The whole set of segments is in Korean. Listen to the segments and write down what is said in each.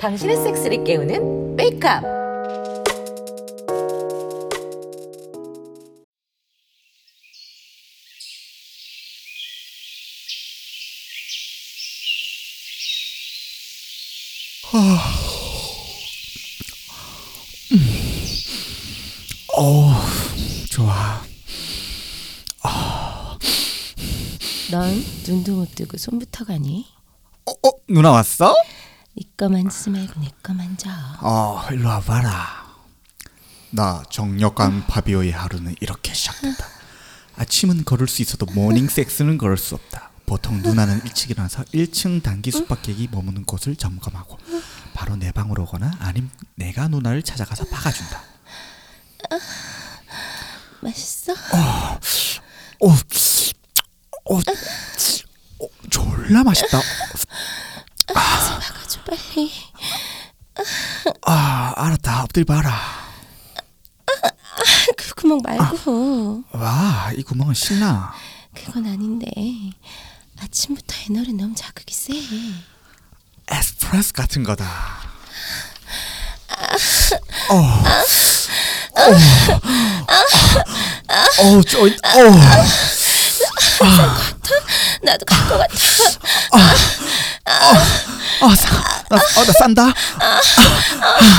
당신의 섹스를 깨우는 메이크업. 어우, 좋아. 넌 눈도 못 뜨고 손부터 가니? 어, 어, 누나 왔어? 네 거만 쓰지 말고 내 거만 져. 어, 일로 와봐라. 나 정력관 파비오의 하루는 이렇게 시작된다. 아침은 걸을 수 있어도 모닝 섹스는 걸을 수 없다. 보통 누나는 일찍 일어나서 1층 단기 숙박객이 머무는 곳을 점검하고 바로 내 방으로 오거나 아님 내가 누나를 찾아가서 박아준다. 맛있어? 어, 어, 어 졸라 맛있다. 박아줘 빨리. 아, 알았다. 엎드려 봐라. 그 구멍 말고. 아. 와, 이 구멍은 신나. 그건 아닌데. 아침부터 애널은 너무 자극이 세. 에스프레소 같은 거다. 어. 어. 어, 저, 어. 나도 갈 것 같아. 어, 싸, 나, 어, 나 싼다. 아,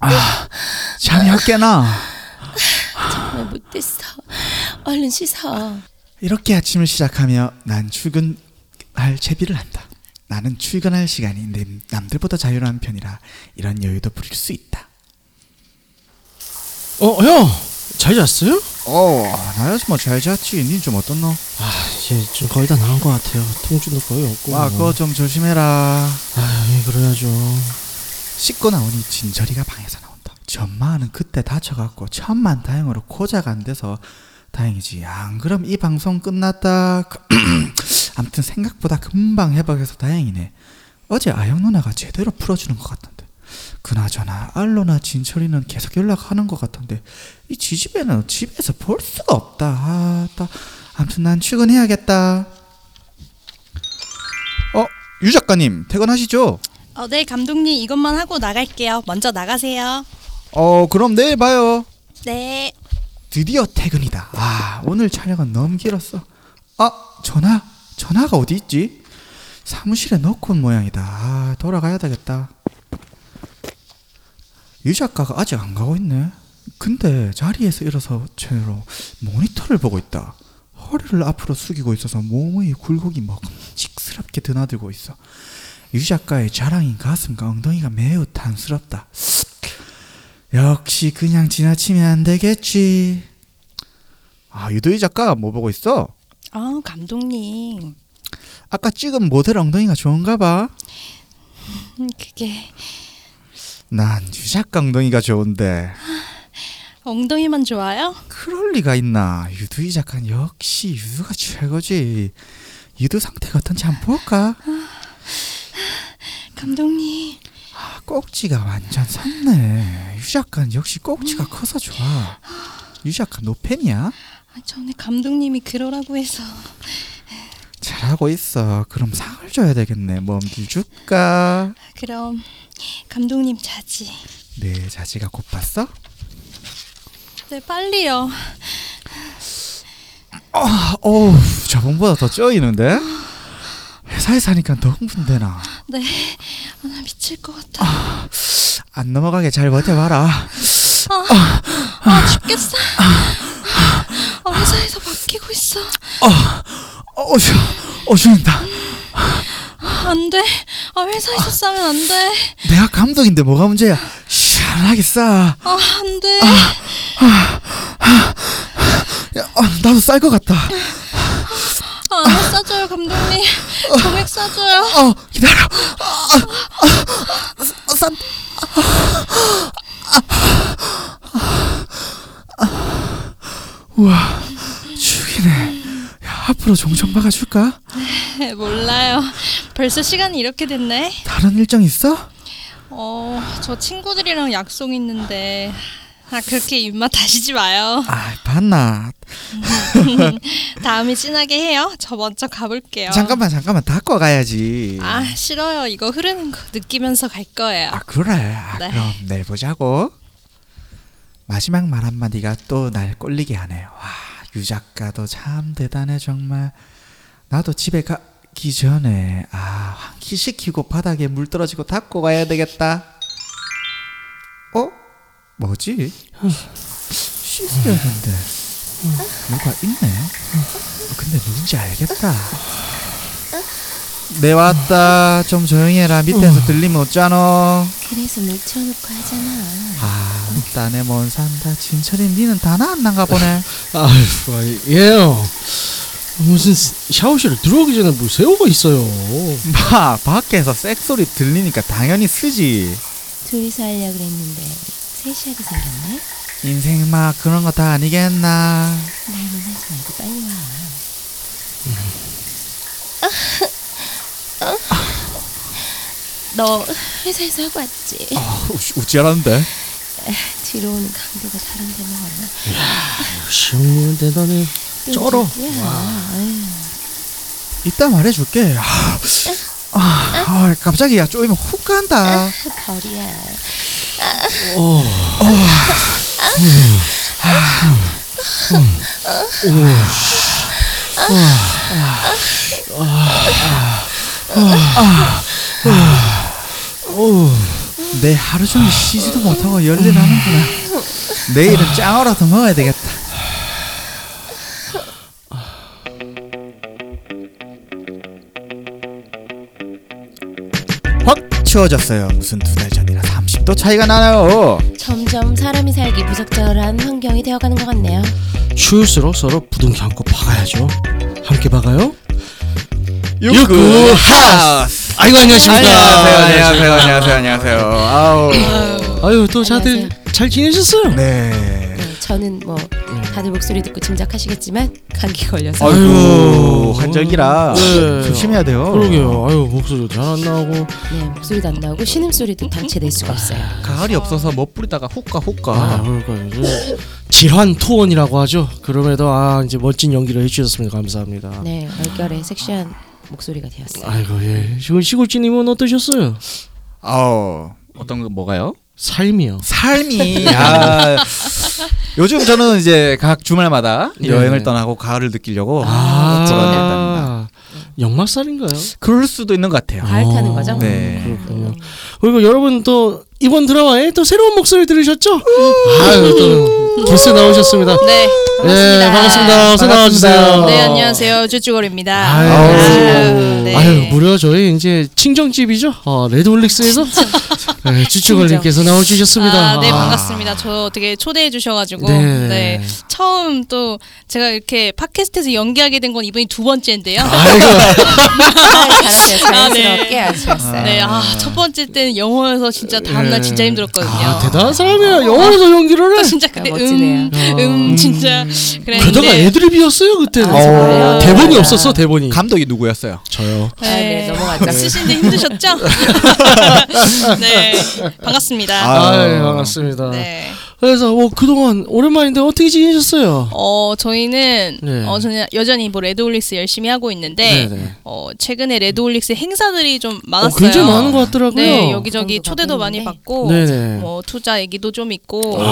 아, 잠이 올 깨나. 정말 못됐어. 얼른 씻어. 이렇게 아침을 시작하며 난 출근할 채비를 한다. 나는 출근할 시간이 남- 남들보다 자유로운 편이라 이런 여유도 부릴 수 있다. 어, 형! 잘 잤어요? 어, 나야 뭐잘 잤지. 니 좀 어떻노? 아, 이제 좀 거의 다 나은 것 같아요. 통증도 거의 없고. 와, 그거 좀 조심해라. 아, 그래야죠. 씻고 나오니 진저리가 방에서 나온다. 전마는 그때 다쳐갖고 천만 다행으로 고자가 안 돼서 다행이지. 안 그럼 이 방송 끝났다. 아무튼 생각보다 금방 해박해서 다행이네. 어제 아영 누나가 제대로 풀어주는 것 같던데. 그나저나 알로나 진철이는 계속 연락하는 것 같던데 이 지집애는 집에서 볼 수가 없다. 아, 따. 아무튼 난 출근해야겠다. 어, 유 작가님 퇴근하시죠? 어, 네 감독님 이것만 하고 나갈게요. 먼저 나가세요. 어 그럼 내일 봐요 네. 드디어 퇴근이다 아 오늘 촬영은 너무 길었어 아 전화 전화가 어디 있지 사무실에 넣고 온 모양이다 아 돌아가야 되겠다 유 작가가 아직 안 가고 있네 근데 자리에서 일어서 채로 모니터를 보고 있다 허리를 앞으로 숙이고 있어서 몸의 굴곡이 먹음직스럽게 드나들고 있어 유 작가의 자랑인 가슴과 엉덩이가 매우 단스럽다 역시 그냥 지나치면 안 되겠지. 아 유도희 작가 뭐 보고 있어? 아 감독님 아까 찍은 모델 엉덩이가 좋은가 봐. 음, 그게 난 유 작가 엉덩이가 좋은데 엉덩이만 좋아요? 그럴 리가 있나? 유도희 작가는 역시 유도가 최고지. 유도 상태가 어떤지 한번 볼까? 감독님 아, 꼭지가 완전 섰네. 유 작가는 역시 꼭지가 커서 좋아. 유 작가 노팬이야? 아, 전에 감독님이 그러라고 해서 잘하고 있어. 그럼 상을 줘야 되겠네. 뭐길 줄까? 그럼 감독님 자지. 내 자지가 고팠어? 네 빨리요. 아, 어우, 저번보다 더 쪄이는데? 회사에 사니까 더 흥분되나? 네. 아, 나 미칠 것 같아. 안 넘어가게 잘 버텨봐라. 아 죽겠어. 아, 회사에서 바뀌고 있어. 어, 어, 주, 어, 죽는다. 안 돼. 아 회사에서 싸면 안 돼. 내가 감독인데 뭐가 문제야? 시원하게 싸. 아 안 돼. 야, 어, 나도 쌀 것 같다. 어, 아, 안 싸줘요 감독님. 정액 싸줘요. 어, 기다려. 아, 아, 아, 싼. 우와, 죽이네. 야, 앞으로 종점 박아줄까? 몰라요. 벌써 시간이 이렇게 됐네. 다른 일정 있어? 어, 저 친구들이랑 약속 있는데 아 그렇게 입맛 다시지 마요. 아, 봤나? 다음에 진하게 해요. 저 먼저 가볼게요. 잠깐만, 잠깐만. 닦고 가야지. 아 싫어요. 이거 흐르는 거 느끼면서 갈 거예요. 아, 그래. 아, 네. 그럼 내일 보자고. 마지막 말 한마디가 또 날 꼴리게 하네. 와, 유 작가도 참 대단해 정말. 나도 집에 가기 전에 아, 환기시키고 바닥에 물 떨어지고 닦고 가야 되겠다. 어? 뭐지? 씻으려는데 뭐가 있네. 어, 근데 누군지 알겠다. 내 왔다. 좀 조용히 해라. 밑에서 들리면 어쩌노. 그래서 물 채워놓고 하잖아. 아, 딴에 뭔 산다. 진철이 니는 다나 안 난가 보네. 아이고, 예요. 무슨 샤워실 들어오기 전에 뭐 새우가 있어요. 마, 밖에서 섹소리 들리니까 당연히 쓰지. 둘이서 하려고 그랬는데 셋이 하게 생겼네. 인생 막 그런 거 다 아니겠나. 날 논하지 말고 빨리 와. 너 회사에서 하고 왔지? 아, 우찌하는데 뒤로 오는 강도가 다른 데만 뭐. 왔나? 시영님은 대단해. 또 쩔어. 뭐야? 아유. 예. 이따 말해줄게. 아, 아, 아, 갑자기 야 쪼이면 훅 간다. 어. 별이야. 음. 음. 내 하루 종일 쉬지도 못하고 열일하는구나. 내일은 짱어라도 먹어야 되겠다. 확 추워졌어요. 무슨 두 달 전이라 30도 차이가 나나요? 점점 사람이 살기 부적절한 환경이 되어가는 것 같네요. 추울수록 서로 부둥켜 안고 박아야죠. 함께 박아요. 육구 하우스. 아이고 안녕하십니까. 안녕하세요. 안녕하세요. 안녕하세요. 아우. 아유 또 다들 잘 지내셨어요? 네. 네, 저는 뭐 다들 목소리 듣고 짐작하시겠지만 감기 걸려서 아이고 환절기라 네. 조심해야 돼요. 그러게요. 아유 목소리 잘 안 나오고. 네, 목소리도 안 나오고 신음소리도 단체 낼 수가 없어요. 가을이 없어서 못 부리다가 호까 호까. 아, 그러니까 요즘 질환 투원이라고 하죠. 그럼에도 아 이제 멋진 연기를 해주셨습니다. 감사합니다. 네, 얼결에 섹시한 목소리가 되었어요. 아이고 예. 시골 시골진님은 어떠셨어요? 아우 어떤 거 뭐가요? 삶이요. 삶이 아 요즘 저는 이제 각 주말마다 네. 여행을 떠나고 가을을 느끼려고 아, 네. 돌아다니다 역마살인가요? 네. 그럴 수도 있는 것 같아요. 가을 타는 거죠? 어. 네. 그렇군요. 그리고 여러분 또 이번 드라마에 또 새로운 목소리 들으셨죠? 아유 또 기스 나오셨습니다. 네 반갑습니다. 예, 반갑습니다. 어서 반갑습니다. 나와주세요. 네 안녕하세요 쭈쭈골입니다. 아유, 아유, 네. 아유 무려 저희 이제 친정집이죠. 어, 레드올릭스에서 예, 주축걸님께서 나와주셨습니다. 아, 네 아. 반갑습니다. 저 어떻게 초대해 주셔가지고 네. 네. 처음 또 제가 이렇게 팟캐스트에서 연기하게 된 건 이번이 두 번째인데요. 아, 자연스럽게, 자연스럽게 아, 하셨어요. 네, 아 첫 번째 때는 영어여서 진짜 다음날 네. 진짜 힘들었거든요. 아, 대단한 사람이야. 영어로도 연기를 해. 아, 진짜 그때 아, 멋지네요. 음, 어. 음 진짜 그랬는데 게다가 애드립이었어요 아, 그때는. 정말요? 대본이 없었어 대본이. 감독이 누구였어요? 저요. 아, 네, 넘어가자. 쓰시는데 힘드셨죠? 네 반갑습니다. 아. 아, 유 반갑습니다. 네. 그래서 뭐 그동안 오랜만인데 어떻게 지내셨어요? 어 저희는 네. 어 저는 여전히 뭐 레드올릭스 열심히 하고 있는데 네네. 어 최근에 레드올릭스 행사들이 좀 어, 많았어요. 굉장히 많은 것 같더라고요. 네 여기저기 정도가 초대도 많이 있는데. 받고 네네. 아. 뭐 투자 얘기도 좀 있고 오, 잘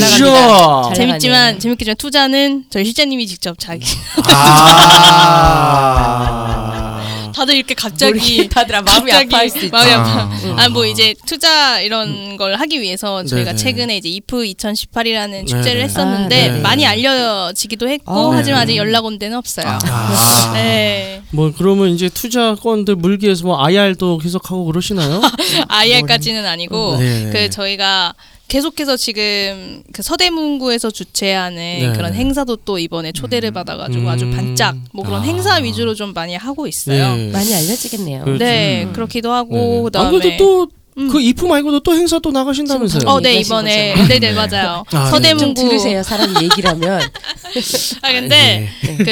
나갑니다. 진짜. 잘 재밌지만 나가네요. 재밌겠지만 투자는 저희 실장님이 직접 자기 아. 다들 이렇게 갑자기 다들 마음이 갑자기 아파할 수 있죠. 마음이 아파. 아. 아 뭐 이제 투자 이런 걸 하기 위해서 저희가 음. 네네. 최근에 이제 이프 2018이라는 축제를 네네. 했었는데 아, 네. 많이 알려지기도 했고 아, 하지만 네. 아. 아직 연락 온 데는 없어요. 네. 뭐 그러면 이제 투자건들 물기에서 뭐 IR도 계속하고 그러시나요? 아예까지는 아니고 네네. 그 저희가 계속해서 지금 그 서대문구에서 주최하는 그런 행사도 또 이번에 초대를 받아가지고 아주 네. 음. 반짝 뭐 그런 아. 행사 위주로 좀 많이 하고 있어요. 네, 많이 알려지겠네요. 그- 그렇기도 네네. 하고 안 그다음에 아, 그래도 또 그 이프 말고도 또 행사 또 나가신다면서요? 어, 네 얘기하신 이번에 거잖아요. 네네 맞아요. 아, 네. 좀 서대문구 들으세요, 사람 얘기라면. 아 근데 그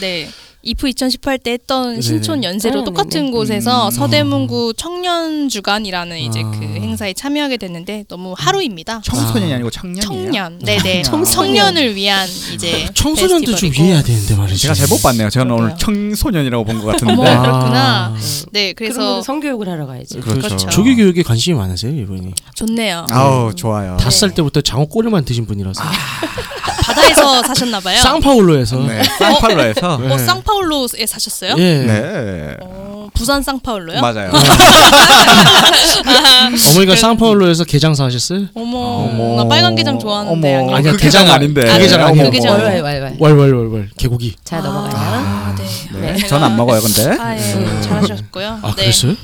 네. 이프 2018 때 했던 네네. 신촌 연세로 아, 똑같은 네네. 곳에서 음. 서대문구 청년 주간이라는 이제 아. 그 행사에 참여하게 됐는데 너무 하루입니다. 청소년이 아니고 청년이에요. 청년, 네네, 청소년. 청년을 위한 이제 청소년도 좀 페스티벌이고. 이해해야 되는데 말이죠. 제가 잘못 봤네요. 저는 그러게요. 오늘 청소년이라고 본 것 같은데. 어머 아. 그렇구나. 네, 그래서 그래서 성교육을 하러 가야지. 그렇죠. 그렇죠. 조기 교육에 관심이 많으세요 이분이. 좋네요. 아우 좋아요. 다섯 살 때부터 장어 꼬리만 드신 분이라서 아, 바다에서 사셨나봐요. 쌍파울로에서. 네. 쌍팔로에서. 어, 쌍파울로에 사셨어요? 예. 네. 어, 부산 쌍파울로요? 맞아요. 어머니가 쌍파울로에서 게장사 하셨어요? 어머, 어머. 나 빨간 게장 좋아하는데. 어머. 아니요. 아니야, 그게 게장 장 아니- 아닌데. 그게 장 아니에요. 어머, 그게 장 어머. 아니에요. 왈왈왈. 월월월월 개고기. 자 넘어가요. 아, 네. 네. 전안 먹어요, 근데. 아, 예. 잘하셨고요. 음. 아 그랬어요?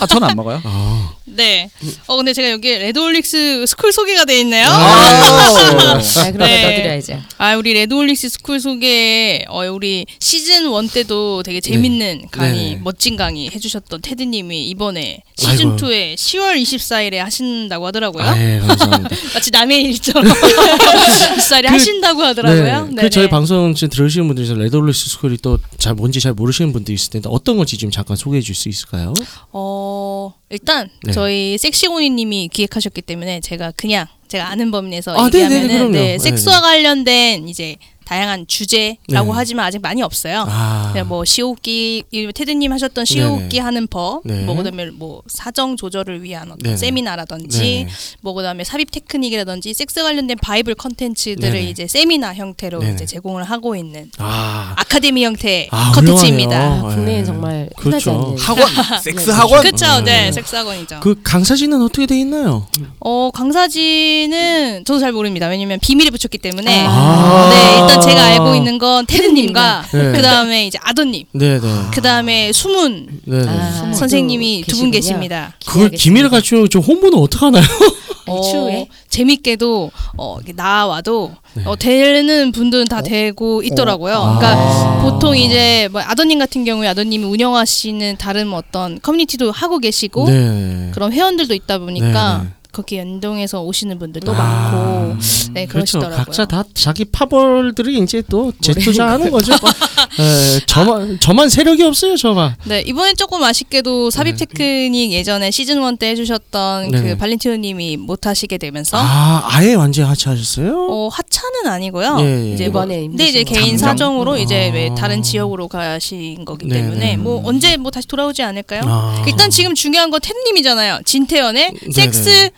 아, 전안 먹어요. 아. 네. 어, 근데 제가 여기 레드올릭스 스쿨 소개가 돼 있네요. 아. 아우. 자 그러면 네. 넣어드려야지. 아, 우리 레드올릭스 스쿨 소개, 어, 우리 시즌 1 때도 되게 재밌는 강의, 네. 멋진 강의 해주셨던 테드님이 이번에 아이고. 시즌 2에 10월 24일에 하신다고 하더라고요. 아, 예, 감사합니다. 마치 남의 일처럼 24일에 하신다고 하더라고요. 그 네. 네네. 그 저희 방송 지금 들으시는 분들 중에서 레드올리스 스쿨이 또 잘 뭔지 잘 모르시는 분도 있을 텐데 어떤 건지 지금 잠깐 소개해 줄 수 있을까요? 어 일단 네. 저희 섹시고니님이 기획하셨기 때문에 제가 그냥 제가 아는 범위 내에서 아, 네네네, 얘기하면은 그럼요. 네, 네. 섹스와 관련된 이제 다양한 주제라고 네. 하지만 아직 많이 없어요. 아, 그냥 뭐 시오기 이 테드님 하셨던 시오기 네네. 하는 법, 네. 뭐 그다음에 뭐 사정 조절을 위한 어떤 네네. 세미나라든지 네. 뭐 그다음에 삽입 테크닉이라든지 섹스 관련된 바이블 컨텐츠들을 네네. 이제 세미나 형태로 네네. 이제 제공을 하고 있는 아, 아카데미 형태의 아, 컨텐츠입니다. 훌륭하네요. 아, 예. 국내엔 정말 흔하지 그렇죠. 않는. 학원. 섹스 네. 학원. 그렇죠, 네, 음. 섹스 학원이죠. 그 강사진은 어떻게 돼 있나요? 어 강사진은 저도 잘 모릅니다. 왜냐면 비밀에 붙였기 때문에. 아. 네, 일단 제가 알고 있는 건 테드님과 테드님과. 네. 그 다음에 이제 아더님, 네, 네. 그 다음에 수문 네. 네. 아, 선생님이 두 분 계시군요. 계십니다. 그걸 네. 기밀을 갖추고 저 홍보는 어떡 하나요? 어, 추후에? 재밌게도 어, 이게 나와도 네. 어, 되는 분들은 어? 다 되고 있더라고요. 아. 그러니까 보통 이제 뭐 아더님 같은 경우에 아더님이 운영하시는 다른 어떤 커뮤니티도 하고 계시고 네. 그런 회원들도 있다 보니까 네, 네. 거기 연동해서 오시는 분들도 아. 많고 네 그렇죠. 그러시더라고요. 각자 다 자기 파벌들을 이제 또 재투자하는 거죠. 에, 저만 저만 세력이 없어요, 저만. 네 이번엔 조금 아쉽게도 삽입 테크닉 예전에 시즌 1 때 해주셨던 네. 그 발렌티노님이 못 하시게 되면서 아, 아예 완전 하차하셨어요? 어, 하차는 아니고요. 예, 예. 이제 뭐- 이번에 근데 이제 개인 잠정? 사정으로 이제 아. 왜 다른 지역으로 가신 거기 네, 때문에 네. 뭐 언제 뭐 다시 돌아오지 않을까요? 아. 일단 지금 중요한 건 템님이잖아요. 진태연의 네, 섹스.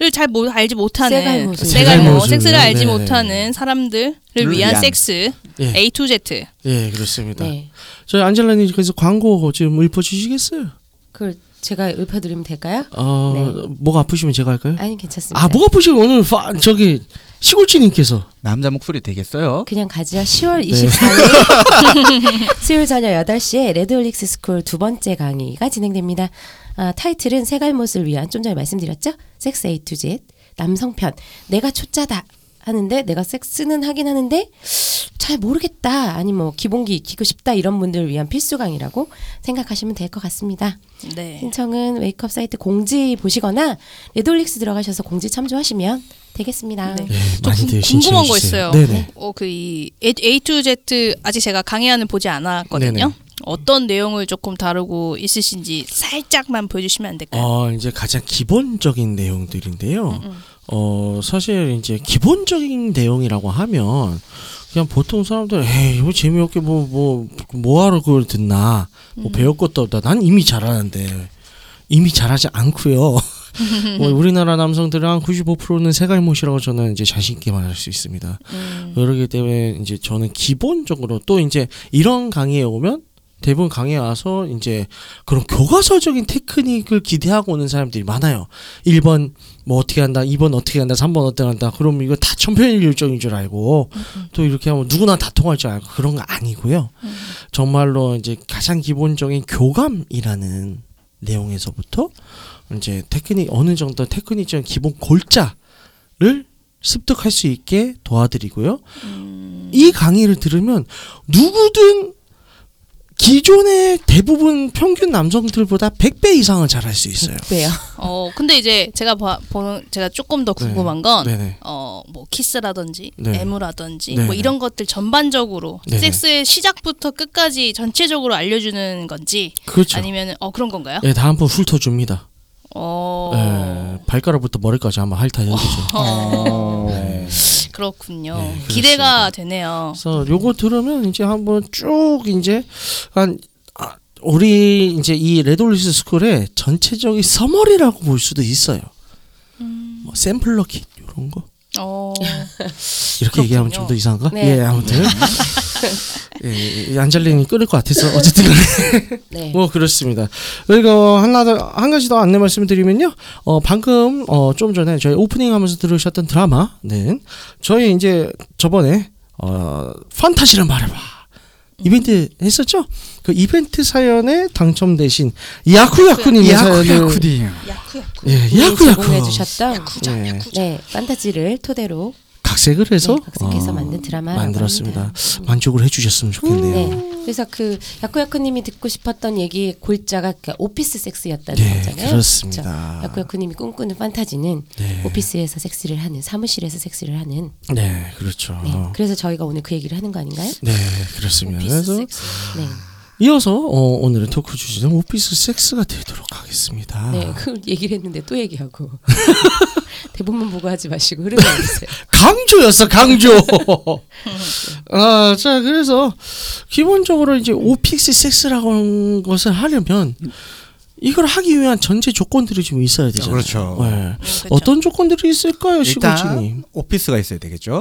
를 잘뭐 알지 세갈 못하는 모습. 세갈 세갈 모 모습. 섹스를 알지 네, 네. 못하는 사람들을 를 위한 위한. 섹스 예. A to Z 예, 그렇습니다. 네. 저희 안젤라님 그래서 광고 지금 읊어주시겠어요? 그 제가 읊어드리면 될까요? 어, 네. 뭐가 아프시면 제가 할까요? 아니 괜찮습니다. 아, 뭐가 아프시면 오늘 파, 저기 시골지님께서 남자 목소리 되겠어요? 그냥 가자. 10월 네. 24일 수요일 저녁 8시에 레드올릭스 스쿨 두 번째 강의가 진행됩니다. 아, 타이틀은 세갈못을 위한 좀 전에 말씀드렸죠? 섹스 A to Z 남성편 내가 초짜다 하는데 내가 섹스는 하긴 하는데 잘 모르겠다 아니 뭐 기본기 익히고 싶다 이런 분들을 위한 필수 강의라고 생각하시면 될 것 같습니다. 네. 신청은 웨이크업 사이트 공지 보시거나 레드올릭스 들어가셔서 공지 참조하시면 되겠습니다. 네. 예, 저 많이들 궁- 신청해 궁금한 거 주세요. 있어요. 네네. 어그이 A to Z 아직 제가 강의안을 보지 않았거든요. 네네. 어떤 내용을 조금 다루고 있으신지 살짝만 보여주시면 안 될까요? 어, 이제 가장 기본적인 내용들인데요. 어, 사실 이제 기본적인 내용이라고 하면 그냥 보통 사람들 에이, 이거 재미없게 뭐 뭐 뭐하러 그걸 듣나? 뭐 배울 것도 없다. 난 이미 잘하는데. 이미 잘하지 않고요. 뭐 우리나라 남성들은 한 95%는 세갈못이라고 저는 이제 자신 있게 말할 수 있습니다. 그렇기 때문에 이제 저는 기본적으로 또 이제 이런 강의에 오면 대부분 강의에 와서 이제 그런 교과서적인 테크닉을 기대하고 오는 사람들이 많아요. 1번 뭐 어떻게 한다, 2번 어떻게 한다, 3번 어떻게 한다. 그럼 이거 다 천편일률적인 줄 알고 음. 또 이렇게 하면 누구나 다 통할 줄 알고 그런 거 아니고요. 정말로 이제 가장 기본적인 교감이라는 내용에서부터 이제 테크닉 어느 정도 테크닉적인 기본 골자를 습득할 수 있게 음. 도와드리고요. 이 강의를 들으면 누구든 기존의 대부분 평균 남성들보다 100배 이상은 잘할 수 있어요. 왜요? 어 근데 이제 제가 봐- 보는 제가 조금 더 네. 궁금한 건 네네. 어 뭐 키스라든지 네. 애무라든지 네네. 뭐 이런 것들 전반적으로 네네. 섹스의 시작부터 끝까지 전체적으로 알려주는 건지 그렇죠. 아니면 어 그런 건가요? 예, 다음 번 훑어줍니다. 어 예, 발가락부터 머리까지 한번 핥아야겠죠. 네. 어. 그렇군요. 네, 그렇습니다. 기대가 되네요. 그래서 요거 들으면 이제 한번 쭉 이제 한 아, 우리 이제 이 레돌리스 스쿨의 전체적인 서머리라고 볼 수도 있어요. 음. 뭐 샘플러 킷 이런 거 어 이렇게 얘기하면 그렇군요. 좀더 이상한가? 네. 예 아무튼 예, 예, 안젤린이 끓을 것 같아서 어쨌든 간에 네. 뭐 그렇습니다. 그리고 하나 더- 한 가지 더 안내 말씀드리면요. 어 방금 어좀 전에 저희 오프닝 하면서 들으셨던 드라마는 저희 이제 저번에 어 판타지를 말해봐 이벤트 했었죠. 그 이벤트 사연에 당첨되신 야쿠야쿠님의 사연을 야쿠야쿠님 예, 이미 제공해 야쿠야쿠 주셨던 예, 네, 판타지를 토대로 각색을 해서 네, 각색해서 어, 만든 드라마라고 만들었습니다. 합니다. 만족을 해주셨으면 좋겠네요. 네. 그래서 그 야쿠야쿠님이 듣고 싶었던 얘기 골자가 그 오피스 섹스였다는 예, 거잖아요. 그렇죠? 그렇습니다. 야쿠야쿠님이 꿈꾸는 판타지는 네. 오피스에서 섹스를 하는 사무실에서 섹스를 하는. 네, 그렇죠. 네. 그래서 저희가 오늘 그 얘기를 하는 거 아닌가요? 네, 그렇습니다. 오피스 그래서 섹스. 네. 이어서 어, 오늘의 토크 주제는 오피스 섹스가 되도록 하겠습니다. 네. 그 얘기를 했는데 또 얘기하고 대본만 보고 하지 마시고 흐름을 주세요. 강조였어, 강조. 아, 자 그래서 기본적으로 이제 오피스 섹스라고 하는 것을 하려면 이걸 하기 위한 전제 조건들이 좀 있어야 되잖아요. 그렇죠. 네. 네. 어떤 조건들이 있을까요, 시골지님? 일단 오피스가 있어야 되겠죠.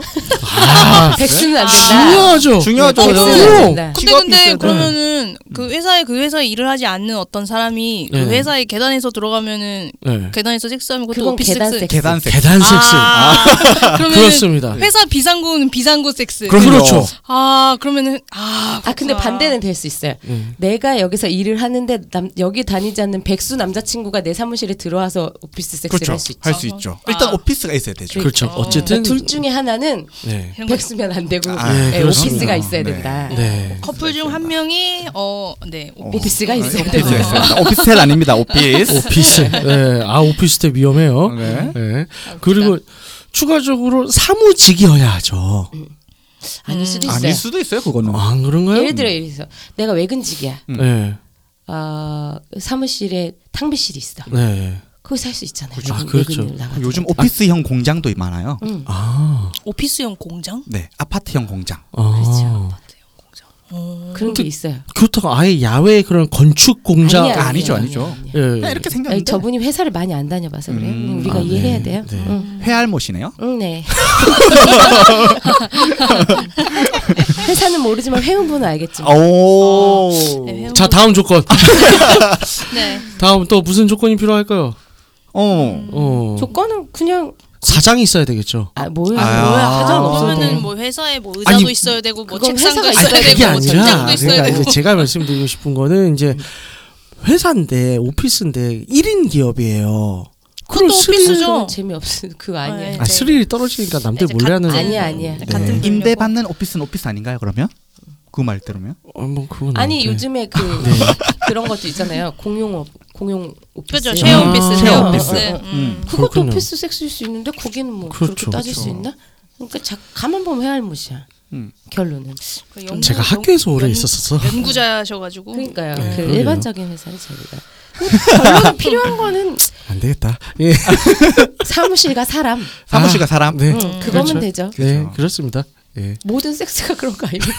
백수는 안 된다. 중요하죠. 네, 중요하죠. 백수는 안 된다. 네 근데 직업이 근데 있어야 그러면은 그 회사에 그 회사에 일을 하지 않는 어떤 사람이 그 네네. 회사의 계단에서 들어가면은 네. 계단에서 섹스하면 그것도 그건 오피스 계단 섹스. 섹스. 계단 섹스. 계단 섹스. 아, 그러면은 그렇습니다. 네. 회사 비상구는 비상구 섹스. 그럼- 그렇죠. 아 그러면은 아, 아 근데 그렇구나. 반대는 될 수 있어요. 네. 내가 여기서 일을 하는데 남, 여기 다니지 않는 백수 남자친구가 내 사무실에 들어와서 오피스 섹스를 그렇죠. 할 수 있죠. 할 수 있죠. 일단 아. 오피스가 있어야 되죠. 그렇죠. 어쨌든 그러니까 둘 중에 하나는 네. 이런 거죠. 백수면 안 되고 아, 예, 네, 그렇습니다. 오피스가 네. 있어야 된다. 네. 커플 중 한 명이 어네 오피스가 있어야 오피스가 된다. 있어야 된다. 오피스텔 아닙니다. 오피스. 오피스. 네. 아 오피스텔 위험해요. 네. 예. 그리고 추가적으로 사무직이어야 하죠. 아닐 수도 있어요. 아닐 수도 있어요. 그거는. 아, 안 그런가요? 예를 들어 예를 들어 내가 외근직이야. 네. 어, 사무실에 탕비실이 있어. 네. 거기서 할 수 있잖아요. 그렇죠. 외근- 아, 그렇죠. 외근을 나가서. 요즘 오피스형 공장도 많아요. 아. 오피스형 공장? 네. 아파트형 공장. 아. 그렇죠. 그런 게 있어요. 그렇다고 아예 야외 그런 건축 공장 아니야, 아니야. 아니죠, 아니죠. 아니야. 예, 예. 그냥 이렇게 아니, 생겼는데. 저분이 회사를 많이 안 다녀봐서 그래. 음, 음, 아, 우리가 이해해야 네, 돼요. 네. 응. 회알못이네요. 음, 응, 네. 회사는 모르지만 회원분은 어. 알겠지만 오. 회원 자 다음 조건. 네. 다음 또 무슨 조건이 필요할까요? 어. 어. 조건은 그냥 사장이 있어야 되겠죠. 아 뭐야 아, 뭐야 하장 없어도 돼. 그러면은 뭐 회사에 뭐 의자도 아니, 있어야 되고 뭐 그건 책상도 회사가 있어야 있어야 되고 그게 되고, 뭐 아니라 책장도 있어야 그러니까 되고. 이제 제가 말씀드리고 싶은 거는 이제 회사인데 오피스인데 1인 기업이에요. 그럼 그것도 스릴- 오피스죠. 그건 재미없어 그거 아니야 네. 아 스릴이 떨어지니까 남들 이제 몰래 가- 하는 아니야 아니야 네. 같은 분이라고. 임대 받는 오피스는 오피스 아닌가요? 그러면? 그 말대로면? 어, 뭐 그건 아니 아닌데. 요즘에 그 네. 그런 것도 있잖아요 공용 업- 공용 오피스 그죠 쉐어 아, 오피스, 쉐어 쉐어 오피스. 오피스. 음. 음. 그것도 그렇군요. 오피스 섹스일 수 있는데 거기는 뭐 그렇 그렇죠, 게 따질 수 있나 그러니까 자, 가만 보면 회알못이야 음. 결론은 그 연구- 제가 연- 학교에서 오래 연- 있었어서 연구자셔가지고. 그러니까요 네, 그 그러게요. 일반적인 회사는 저희가 그 결론 필요한 거는 안 되겠다. 예. 사무실과 사람 사무실과 사람. 네. 응, 음. 그거면 되죠 네, 그렇습니다. 예. 모든 섹스가 그런 거 아닙니까?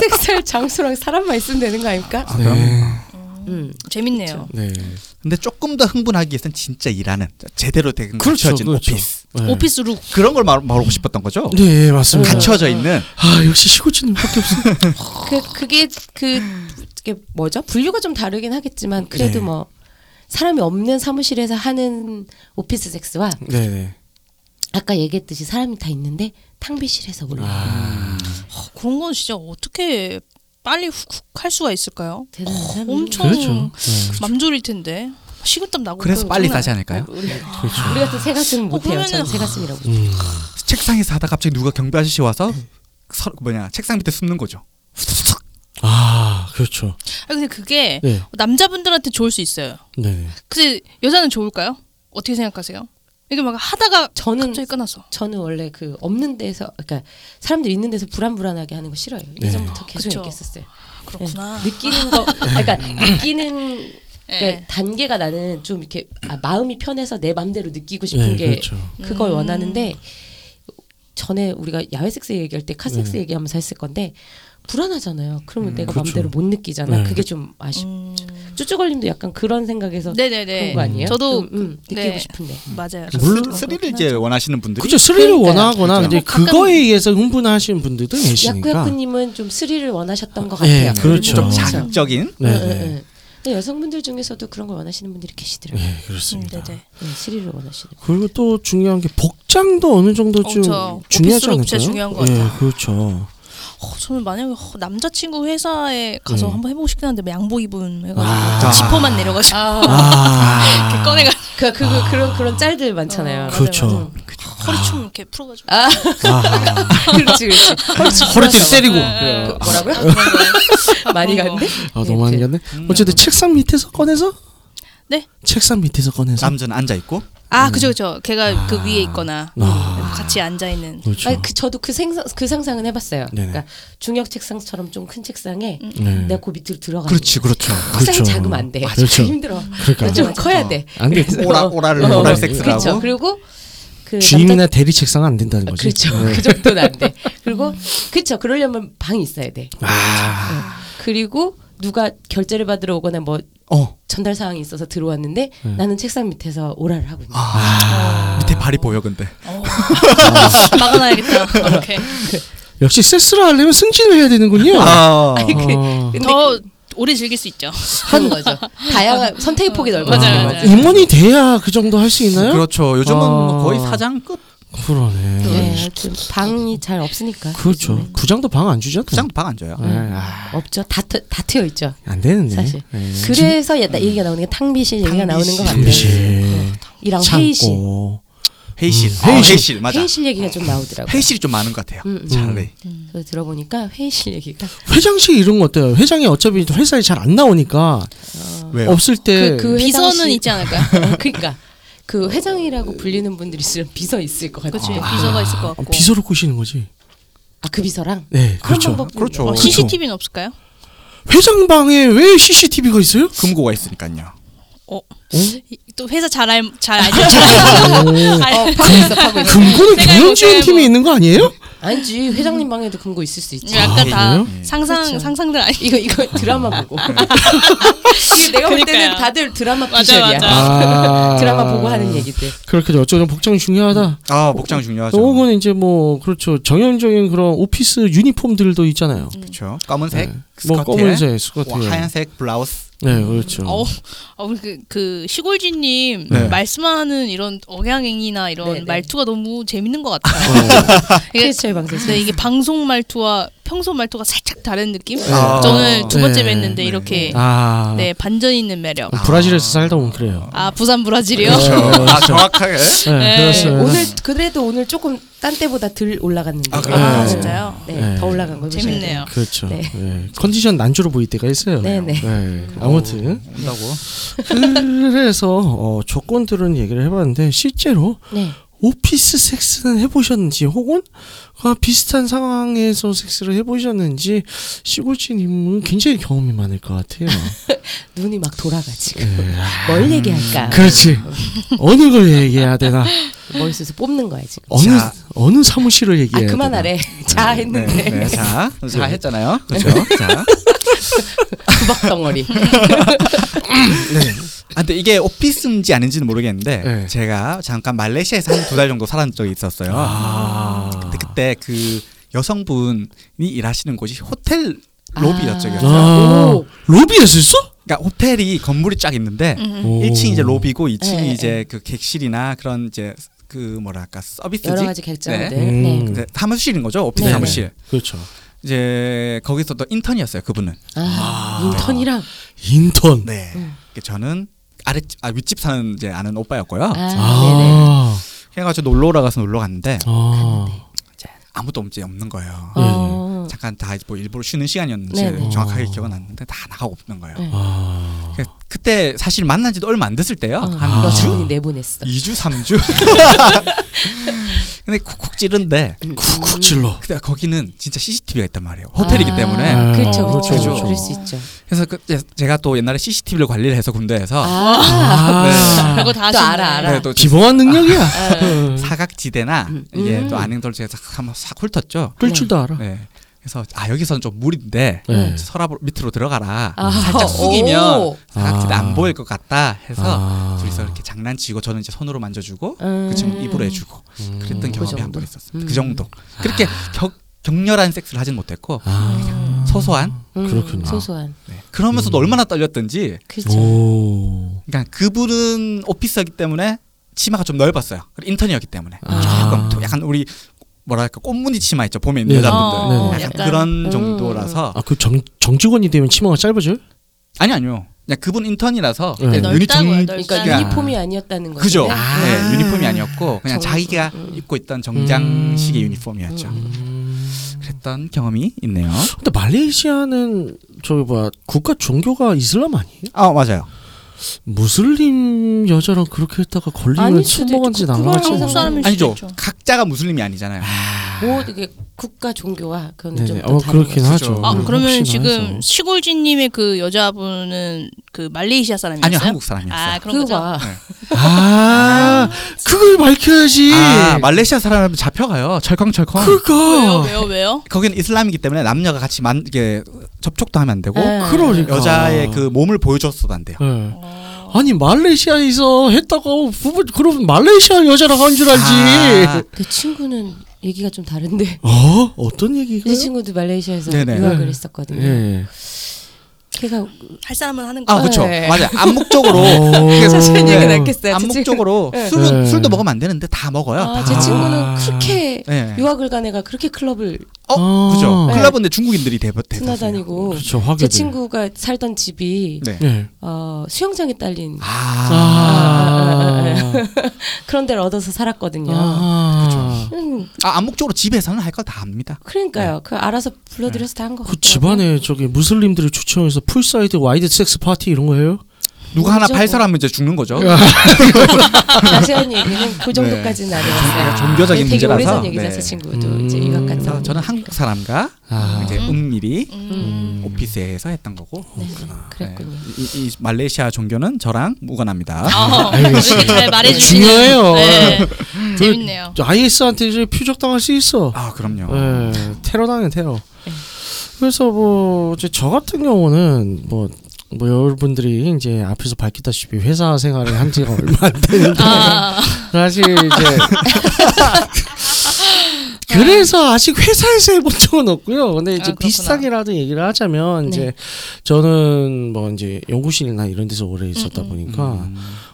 섹스할 장소랑 사람만 있으면 되는 거 아닙니까? 아, 그럼. 음. 재밌네요. 네. 근데 조금 더 흥분하기 위해서는 진짜 일하는 제대로 된 그렇죠. 갖춰진 그렇죠. 오피스. 네. 오피스 룩. 그런 걸 말, 말하고 싶었던 거죠? 네, 맞습니다. 갖춰져 있는 아, 역시 시골치는 밖에 없어. 아. 그 그게 그 그게 뭐죠? 분류가 좀 다르긴 하겠지만 네. 그래도 뭐 사람이 없는 사무실에서 하는 오피스 섹스와 네, 네. 아까 얘기했듯이 사람이 다 있는데 탕비실에서 올라 어, 그런 건 진짜 어떻게 빨리 훅훅 할 수가 있을까요? 되는 사람 어, 엄청 그렇죠. 네. 맘졸일 텐데 식은땀 나고 그래서 그거 빨리 정말- 싸지 않을까요? 우리, 우리 같은 새 가슴 못해요. 어, 그러면은- 저는 새 가슴이라고. 음. 책상에서 하다 그 갑자기 누가 경비 아저씨 와서 서, 뭐냐 책상 밑에 숨는 거죠. 아, 그렇죠. 아 근데 그게 네. 남자분들한테 좋을 수 있어요. 네. 근데 여자는 좋을까요? 어떻게 생각하세요? 이게 막 하다가 저는- 갑자기 끊어서. 저는 원래 그 없는 데서 그러니까 사람들 있는 데서 불안불안하게 하는 거 싫어요. 네. 예전부터 계속 그쵸. 얘기했었어요. 아, 그렇구나. 네. 느끼는 거, 그러니까 느끼는 예. 그러니까 단계가 나는 좀 이렇게 아, 마음이 편해서 내 마음대로 느끼고 싶은 네, 게 그렇죠. 그걸 음. 원하는데 전에 우리가 야외 섹스 얘기할 때 카섹스 얘기하면서 했을 건데 불안하잖아요. 그러면 내가 네. 그렇죠. 마음대로 못 느끼잖아. 네. 그게 좀 아쉽. 음. 쭈쭈걸림도 약간 그런 생각에서 그런 네네네. 거 아니에요? 저도 좀, 음, 느끼고 네. 싶은데. 맞아요. 물론 그렇긴 스릴을 하죠. 이제 원하시는 분들이 그죠 그렇죠. 스릴을 그러니까요. 그렇죠. 원하거나 그죠. 이제 뭐 가끔- 그거에 의해서 흥분하시는 분들도 계시니까. 야쿠야쿠님은 좀 스릴을 원하셨던 것 아, 예, 같아요. 그렇죠. 좀 자극. 자극적인 네, 응, 응, 네. 응. 음. 근데 여성분들 중에서도 그런 걸 원하시는 분들이 계시더라고요. 네, 그렇습니다. 음, 네네. 네, 스릴을 원하시는. 그리고 또 중요한 게 복장도 어느 정도 좀 엄청 중요하지 오피스룩 않을까요? 진짜 중요한 것 예, 같아요. 그렇죠. 어, 저는 만약에 어, 남자친구 회사에 가서 음. 한번 해보고 싶긴 한데 양복 입은 해가지고 아. 지퍼만 내려가지고 아, 이렇게 꺼내가지고 그, 그, 그 그런 그런 짤들 많잖아요. 그렇죠. 아, 허리춤 이렇게 풀어가지고 그렇지, 그렇지. 허리띠를 때리고. 어. 그 뭐라고요? 많이 그런 거. 갔네. 아 너무 많이 그- 갔네. 어쨌든 책상 밑에서 꺼내서? 네? 책상 밑에서 꺼내서. 남자는 앉아 있고 아 그죠 그죠 걔가 그 위에 있거나 아. 같이 앉아 있는 그렇죠. 아니, 그, 저도 그 생상 그 상상은 해봤어요. 네네. 그러니까 중역 책상처럼 좀 큰 책상에 음. 네. 내가 그 밑으로 들어가. 그렇지 그렇죠 책상이 그렇죠. 작으면 안 돼. 그렇죠. 힘들어. 그러니까. 좀 커야 돼. 안 돼. 어. 네. 오라 오라를 어, 오랄 섹스라고 그렇죠. 그리고 그 주임이나 대리 책상은 네. 안 된다는 남자- 거죠. 그렇죠. 그 정도는 안 돼. 그리고 그렇죠. 그러려면 방이 있어야 돼. 네. 아, 그리고 누가 결제를 받으러 오거나 뭐 어 전달 사항이 있어서 들어왔는데 네. 나는 책상 밑에서 오라를 하고 있는. 아, 밑에 발이 보여 근데 막아놔야겠다 이렇게 어. 역시 섹스를 하려면 승진을 해야 되는군요. 아 어, 더 오래 즐길 수 있죠 한 거죠. 다양한 선택의 폭이 넓어지는 맞아요, 거죠. 맞아요. 임원이 돼야 그 정도 할 수 있나요? 그렇죠 요즘은 아. 거의 사장급 그러네. 네, 하여튼 방이 잘 없으니까. 그렇죠. 구장도 방 안 주잖아. 부장도 방 앉아요 예, 아, 없죠. 다, 트, 다 트여 있죠. 안 되는데. 사실. 예. 그래서 얘- 나- 얘기가 나오는 게 탕비실 얘기가 나오는 것 같아요. 어, 잠실, 이랑 회의실. 창고. 회의실 음, 아, 회의실. 회의실 맞아 회의실 얘기가 좀 나오더라고요. 회의실이 좀 많은 것 같아요 음, 음. 차라리 그래서 들어보니까 회의실 얘기가 회장실 이런 거 어때요? 회장이 어차피 회사에 잘 안 나오니까 왜요? 없을 때 그 비서는 회장실- 있지 않을까요? 그러니까 그 회장이라고 불리는 분들이 있으면 비서 있을 것 같아요. 그치 비서가 있을 것 같고 비서로 꼬시는 거지. 아, 그 비서랑 네, 그런 그렇죠. 방법도 그렇죠. 있네요. 어, 그쵸. CCTV는 없을까요? 회장 방에 왜 CCTV가 있어요? 금고가 있으니까요 어? 이- 또 회사 잘알잘 알죠 그 잘 파고 있어, 파고 있어. 금고는 내가 경영지원 뭐 이거 팀에 있는 거 아니에요? 아니지 회장님 방에도 금고 있을 수 있지. 약간 다 그래요? 네. 음. 상상 그쵸. 상상들 아니 이거 이거 드라마 보고. 네. 이게 내가 볼 때는 그러니까요. 다들 드라마 맞아, 피셜이야. 맞아. 아, 드라마 보고 하는 얘기들. 그렇게 어쩌면 복장이 중요하다. 아 복장 중요하죠 혹은 이제 뭐 그렇죠 정형적인 그런 오피스 유니폼들도 있잖아요. 음. 그렇죠 검은색 뭐 스커트에 검은색 스커트, 와, 하얀색 블라우스 네 그렇죠. 어, 어, 우리 그, 그 시골지님 네. 말씀하는 이런 억양행이나 이런 네, 네. 말투가 너무 재밌는 것 같아요. 어. 이게, 네. 캐스터의 방송. 근데 이게 방송 말투와 평소 말투가 살짝 다른 느낌? 아. 저는 두 번째 네, 뵀는데 네. 이렇게 아 네 반전 있는 매력. 브라질에서 살다 보면 그래요. 아 부산 브라질이요? 그렇죠. 아 정확하게 네, 네. 그렇습니다. 오늘 그래도 오늘 조금 딴 때보다 덜 올라갔는데. 아, 그래요? 아 네. 진짜요? 네, 네. 더 올라간 걸 보셔야 재밌네요. 그렇죠. 네. 네. 컨디션 난조로 보일 때가 있어요. 네, 네. 네. 아무튼 온다고 그래서 어, 조건들은 얘기를 해봤는데 실제로 네. 오피스 섹스는 해보셨는지 혹은 아, 비슷한 상황에서 섹스를 해보셨는지 시골지님은 굉장히 경험이 많을 것 같아요. 눈이 막 돌아가 지금. 네. 뭘 얘기할까? 그렇지. 어느 걸 얘기해야 되나? 머릿속에서 뽑는 거야 지금. 어느 자. 어느 사무실을 아 얘기해야 되나? 그만하래. 자 예, 네, 했는데 네, 자, 자 했잖아요. 그렇죠. 자, 구박덩어리. 아, 근데 이게 오피스인지 아닌지는 모르겠는데 네. 제가 잠깐 말레이시아에서 한 두 달 정도 살았던 적이 있었어요. 근데 그때 그 여성분이 일하시는 곳이 호텔 로비였죠. 요 아, 오. 로비에서 있어? 그러니까 호텔이 건물이 쫙 있는데 오. 1층 이제 로비고 2층이 음. 네, 이제 그 객실이나 그런 이제 그 뭐랄까 서비스지. 여러 가지 네. 결정들. 음. 네. 근데 사무실인 거죠 오피스 네, 네. 사무실. 그렇죠. 이제 거기서 또 인턴이었어요 그분은. 아, 인턴이랑 인턴. 네. 음. 저는 아래 아 윗집 사는 이제 아는 오빠였고요. 아, 네, 네네. 아, 그래가지고 놀러 오라 가서 놀러 갔는데 아, 아무도 없지 없는 거예요. 어, 잠깐 다 뭐 일부러 쉬는 시간이었는지 네네. 정확하게 기억은 안 나는데 다 나가고 없는 거예요. 네. 아. 그- 그때 사실 만난 지도 얼마 안 됐을 때요. 어. 한 아. 너 주인이 내보냈어. 2주, 3주. 근데 쿡쿡 찌른데 쿡쿡 찔러. 근데 거기는 진짜 CCTV가 있단 말이에요. 호텔이기 아. 때문에. 아. 그렇죠, 그렇죠, 그렇죠. 그럴수 있죠. 그래서 그, 제- 제가 또 옛날에 CCTV를 관리를 해서 군대에서 아. 그거 다 또 아시네. 알아, 알아. 네, 또 네. 기본한 능력이야. 음. 사각지대나 이게 또 안행도를 제가 한번 싹 훑었죠. 뚫 줄도 알아. 네. 그래서 아 여기서는 좀 무리인데 네. 서랍 밑으로 들어가라. 아. 살짝 숙이면 오. 사각지대 아. 안 보일 것 같다 해서 아. 둘이서 이렇게 장난치고 저는 이제 손으로 만져주고 음. 그 친구 입으로 해주고 음. 그랬던 경험이 한 정도? 음. 번 있었습니다. 그 정도. 그렇게 아. 격, 격렬한 섹스를 하진 못했고 소소한. 음, 그렇군요. 소소한. 네. 그러면서도 음. 얼마나 떨렸던지. 그렇죠. 오. 그러니까 그분은 오피스였기 때문에 치마가 좀 넓었어요. 그리고 인턴이었기 때문에 조금 더 약간 우리 뭐랄까 꽃무늬 치마 있죠 봄에 있는 아. 네. 여자분들 어, 약간, 약간. 그런 정도라서 아, 그 정, 정직원이 되면 치마가 짧아져? 아니 아니요 그냥 그분 인턴이라서 네. 그냥 유니 넓다고요, 정- 넓다. 그러니까 그냥- 유니폼이 아니었다는 거죠. 그죠 네. 네, 유니폼이 아니었고 그냥 정- 자기가 음. 입고 있던 정장식의 유니폼이었죠 그랬던 경험이 있네요 근데 말레이시아는 저기 뭐야 국가 종교가 이슬람 아니에요? 아 맞아요 무슬림 여자랑 그렇게 했다가 걸리면 아닐 수도 천먹한지 있고, 날라갈지 그건 한국 사람일 수도 아니죠 있죠. 각자가 무슬림이 아니잖아요 뭐 되게 국가 종교와 그건 네네. 좀또 어, 다른 그렇긴 거죠. 하죠. 아 음, 그러면 혹시나 지금 해서. 시골진님의 그 여자분은 그 말레이시아 사람이었어요? 아니요 한국 사람이었어요 아 그런 거죠. 봐. 아, 그걸 밝혀야지. 아 말레이시아 사람은 잡혀가요 철컹철컹 왜요 그거. 왜요 왜요? 거기는 이슬람이기 때문에 남녀가 같이 만 이게 접촉도 하면 안 되고 네. 그러니까. 여자의 그 몸을 보여줬어도 안 돼요. 네. 아니 말레이시아에서 했다고 부부 그럼 말레이시아 여자랑 한 줄 알지. 내 친구는 얘기가 좀 다른데 어? 어떤 얘기가? 내 친구도 말레이시아에서 네네. 유학을 네. 했었거든요. 예. 걔가 할 사람은 하는 거. 아, 그렇죠. 네. 맞아요. 암묵적으로 어. 자세한 얘기는 네. 알겠어요. 제 암묵적으로 네. 술은 네. 술도 먹으면 안 되는데 다 먹어요. 아, 다. 제 아. 친구는 그렇게 네. 유학을 간 애가 그렇게 클럽을 어, 아. 그죠. 네. 클럽은 근데 중국인들이 대부 대부분. 드나다니고 그렇죠. 화 제 교 친구가 살던 집이 네. 아. 예. 어, 수영장에 딸린 아, 아. 그런 데를 얻어서 살았거든요. 아. 음, 아, 암묵적으로 집에서는 할 걸 다 합니다. 그러니까요. 그 알아서 불러들여서 다 한 거. 그 집안에 저기 무슬림들을 초청해서 풀사이드 와이드 섹스 파티 이런 거 해요? 누가 하나 그죠. 팔 사람은 이제 죽는 거죠. 아. 자세한 얘기는 그 정도까지는 안 해봤어요. 종교적인 되게 문제라서. 오래전 얘기죠. 네. 제 친구도 이제 유학 간 그래서 사람. 저는 한국 사람과 아. 이제 은밀히 음. 오피스에서 했던 거고. 네, 네. 그랬군요. 이, 이 말레이시아 종교는 저랑 무관합니다. 어, 이렇게 잘 말해주시는. 중요해요. 네. 음, 재밌네요. 저 IS한테 이제 표적당할 수 있어. 아 그럼요. 예, 테러당해 테러. 네. 그래서 뭐, 이제 저 같은 경우는 뭐, 뭐 여러분들이 이제 앞에서 밝혔다시피 회사 생활을 한 지가 얼마 안 되는데 아, 사실 이제 그래서 아직 회사에서 해본 적은 없고요. 근데 아, 이제 그렇구나. 네. 비슷하게라도 얘기를 하자면 이제 저는 뭐 이제 연구실이나 이런 데서 음, 오래 있었다 보니까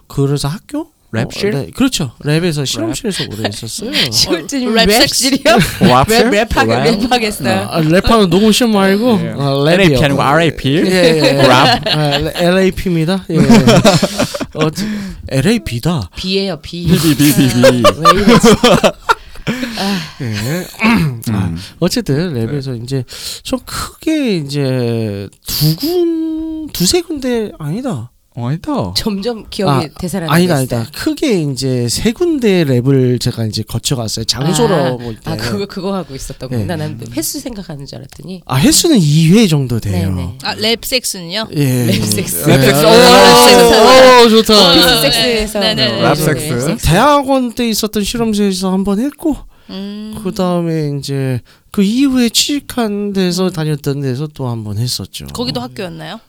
그래서 학교 음. 랩실? 어, 네, 그렇죠. 랩에서 실험실에서 오래 있었어요. 시골주님 랩 네. 랩실이요? 뭐, 랩실? 랩 랩하게 네. 랩하겠어요. 아, 랩하는 녹음 시험 말고 예. 아, 랩이요. LAP 아니고 RAP. 네. 예, 예, 예. 아, LAP입니다. 예. 어, LAP다. 비예요 비. 비비비비비. 왜 이러지? 예. 아, 어쨌든 랩에서 이제 좀 크게 이제 두군 두세 군데 아니다. 어이다. 점점 기억이 아, 되살아나고 아니다 있어요. 아니다. 크게 이제 세 군데 랩을 제가 이제 거쳐갔어요. 장소로 아, 볼 때. 아 그거 그거 하고 있었던 네. 거나 난 횟수 생각하는 줄 알았더니 아, 횟수는 2회 정도 돼요. 네네. 아, 랩 섹스는요? 예. 랩섹스. 예. 랩섹스. 오, 오, 랩섹스. 오, 좋다. 어, 섹스에서 네, 네, 네. 랩 섹스. 그 대학원 때 있었던 실험실에서 한 번 했고 음, 그 다음에 이제 그 이후에 취직한 데서 다녔던 데서 또 한 번 했었죠. 거기도 학교였나요?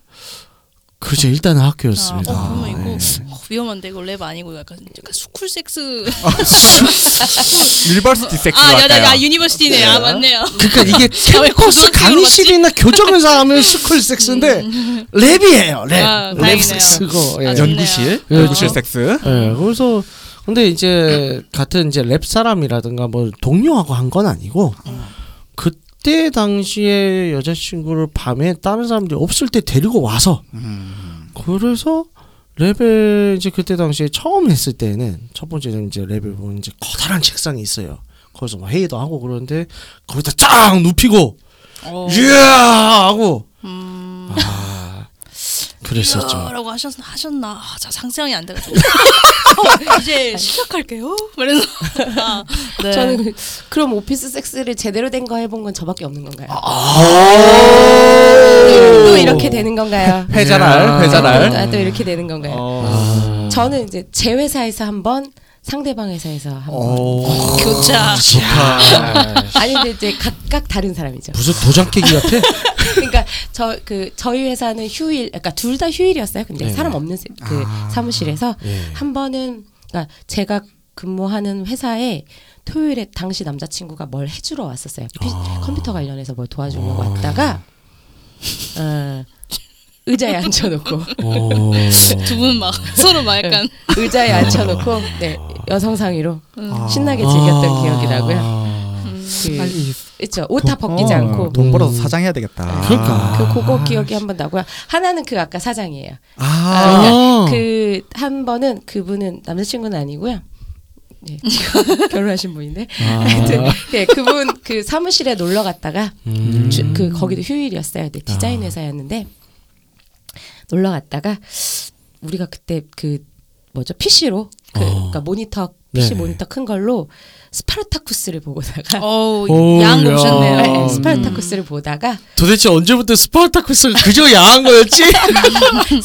그렇죠. 일단은 아, 학교였습니다. 어, 그러면 네. 이거 어, 위험한데 이거 랩 아니고 약간, 약간 스쿨 섹스. 리버스 디섹스 아, 야, 야, 야, 같아요. 유니버시티네. 아, 맞네요. 그러니까 이게 캠퍼스 강의실이나 교정에서 하면 스쿨 섹스인데 랩이에요. 랩. 음. 아, 랩 다행이네요. 섹스고. 예. 아, 좋네요. 연구실. 어. 연구실 섹스. 예, 그래서 근데 이제 같은 이제 랩 사람이라든가 뭐 동료하고 한 건 아니고 그때 당시에 여자친구를 밤에 다른 사람들이 없을 때 데리고 와서 그래서 랩에 이제 그때 당시에 처음 했을 때는 첫 번째는 이제 랩을 보면 이제 커다란 책상이 있어요. 거기서 뭐 회의도 하고 그러는데 거기다 쫙 눕히고 이야 하고 아 그랬었죠. 아, 라고 하셨, 하셨나? 아, 자, 상상이 안 돼가지고. 저 아, 이제 시작할게요. 그래서. 아, 네. 저는 그럼 오피스 섹스를 제대로 된 거 해본 건 저밖에 없는 건가요? 또 이렇게 되는 건가요? 회자랄, 회자랄. 아, 또 이렇게 어. 되는 건가요? 저는 이제 제 회사에서 한번 상대방 회사에서 한번 네. 교차. 아니 근데 이제 각각 다른 사람이죠. 무슨 도장 깨기 같아? 그러니까 저 그 저희 회사는 휴일, 그러니까 둘 다 휴일이었어요. 근데 네. 사람 없는 세- 그 사무실에서 예. 한 번은 그러니까 제가 근무하는 회사에 토요일에 당시 남자친구가 뭘 해주러 왔었어요. 피- 컴퓨터 관련해서 뭘 도와주려고 왔다가 어, 의자에 앉혀놓고 오. 두 분 막 서로 막 약간 네. 아. 의자에 앉혀놓고 네, 여성 상의로 신나게 즐겼던 기억이 나고요. 음. 그, 아니, 그렇죠. 옷 다 아. 돈- 벗기지 어, 않고 돈 벌어서 사장해야 되겠다. 그러니까. 음. 그 그거 기억이 한 번 나고요. 하나는 그 아까 사장이에요. 아, 아. 그 한 번은 그분은 남자친구는 아니고요. 네, 결혼하신 분인데 아. 하여튼 네, 그분 그 사무실에 놀러 갔다가 음. 아. 주- 그 거기도 휴일이었어요. 근데 디자인 회사였는데 놀러 갔다가 우리가 그때 그 뭐죠 PC로 그, 어. 그러니까 모니터 PC 네네. 모니터 큰 걸로 스파르타쿠스를 보고다가 어우 오, 양 야. 오셨네요. 음. 스파르타쿠스를 보다가 도대체 언제부터 스파르타쿠스가 그저 야한 거였지? 음.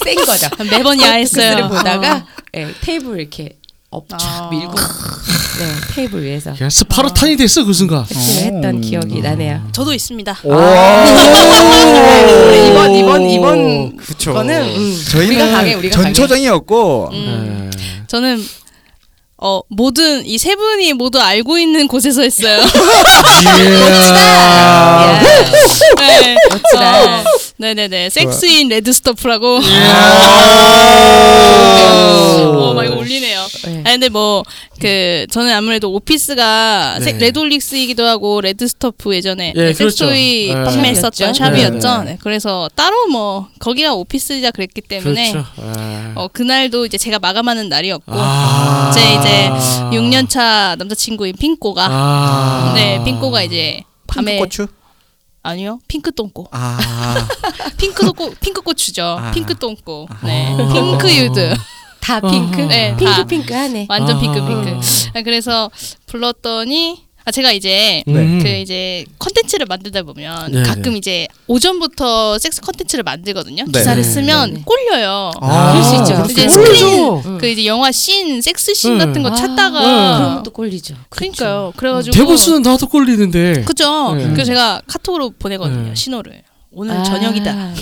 센 거죠. 매번 야했어요. 아, 스파르타쿠스를 그 보다가 예, 테이블 이렇게 업쫙 아. 밀고 네, 테이블 위에서 음. 야, 스파르탄이 됐어 그 순간. 섹스를 했던 기억이 나네요. 어. 음. 저도 있습니다. 네, 이번 이번 어. 이번 그쵸. 거는 음, 우리가 저희는 강해 우리가 강해. 전초전이었고 네. 음, 저는 어 모든 이 세 분이 모두 알고 있는 곳에서 했어요. 야, 네. 멋지다. 어, 네네네. 섹스인 레드스토프라고. 아. 아. 어, 막 이거 올리네요. 네. 아니 근데 뭐 그 저는 아무래도 오피스가 네. 세- 레돌릭스이기도 하고 레드스토프 예전에 예, 그렇죠. 섹스토이 네. 판매했었던 샵이었죠. 샵이었죠. 네, 네, 그래서 따로 뭐 거기가 오피스이자 그랬기 때문에 그렇죠. 아. 어 그날도 이제 제가 마감하는 날이었고 아. 제 이제 6년차 남자친구인 핑꼬가 아. 네 핑꼬가 이제 밤에 고추. 아니요 핑크 똥꼬 아, 핑크 똥꼬 핑크 고추죠 아. 핑크 똥꼬 네 아. 핑크 유드 다 핑크 네, 핑크 다. 핑크하네. 완전 아. 핑크 핑크. 아, 그래서 불렀더니 아 제가 이제 네. 그 이제 컨텐츠를 만들다 보면 네, 가끔 네. 이제 오전부터 섹스 컨텐츠를 만들거든요. 네. 기사를 네, 쓰면 네, 네. 꼴려요. 아, 그럴 수 있죠. 이제 그렇죠. 스크린 꼴리죠. 그 이제 영화 씬, 섹스 씬 네. 같은 거 아, 그런 찾다가 것도 꼴리죠. 그러니까요. 그래가지고 대보스는 나도 꼴리는데. 그죠. 네. 그래서 제가 카톡으로 보내거든요. 네. 신호를 오늘 저녁이다. 아,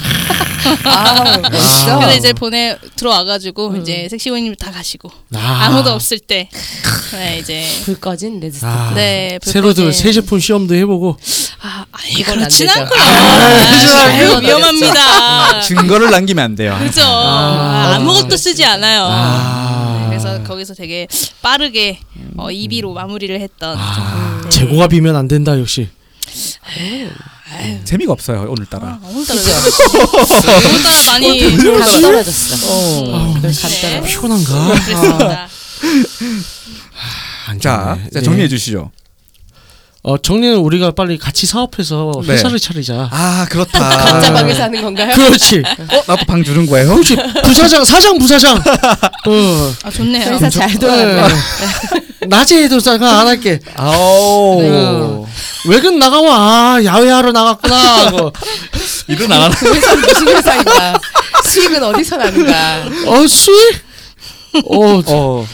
멋있어. 근데 이제 보내 들어와가지고 이제 섹시고객님 다 가시고 아. 아무도 없을 때 네, 이제 불 꺼진 레드스타. 아. 네, 불 새로 꺼진. 들어 새 제품 시험도 해보고. 아, 아니 그건 안 그렇진 되죠. 않고요. 그렇진 않고요. 아, 아, 이거 위험합니다. 아. 증거를 남기면 안 돼요. 그죠. 아, 아무것도 쓰지 않아요. 아. 네, 그래서 거기서 되게 빠르게 어, 2비로 마무리를 했던. 아. 네. 재고가 비면 안 된다 역시. 네. 재미가 없어요 아, 오늘따라. 오늘따라 왜 그러시지? 오늘따라 어, 많이 감 떨어졌어. 아, 감 네. 떨어졌어. 피곤한가? 그랬습니다. 안 자, 좋네. 자 네. 정리해 주시죠. 어 정리는 우리가 빨리 같이 사업해서 네. 회사를 차리자. 아 그렇다. 각자 방에 사는 건가요? 그렇지. 어, 나도 방 주는 거예요? 혹시 부사장, 사장, 부사장. 어. 아, 좋네요. 회사 잘 돌아가요. 네. 낮에도 잠깐 안 할게. 네. 아오. 외근 나가와. 아, 야외하러 나갔구나. 하고. 일은 안 하나. 그 회사는 무슨 회사인가? 그- 수익은 어디서 나는가? 어 수익? 어, 어, 어.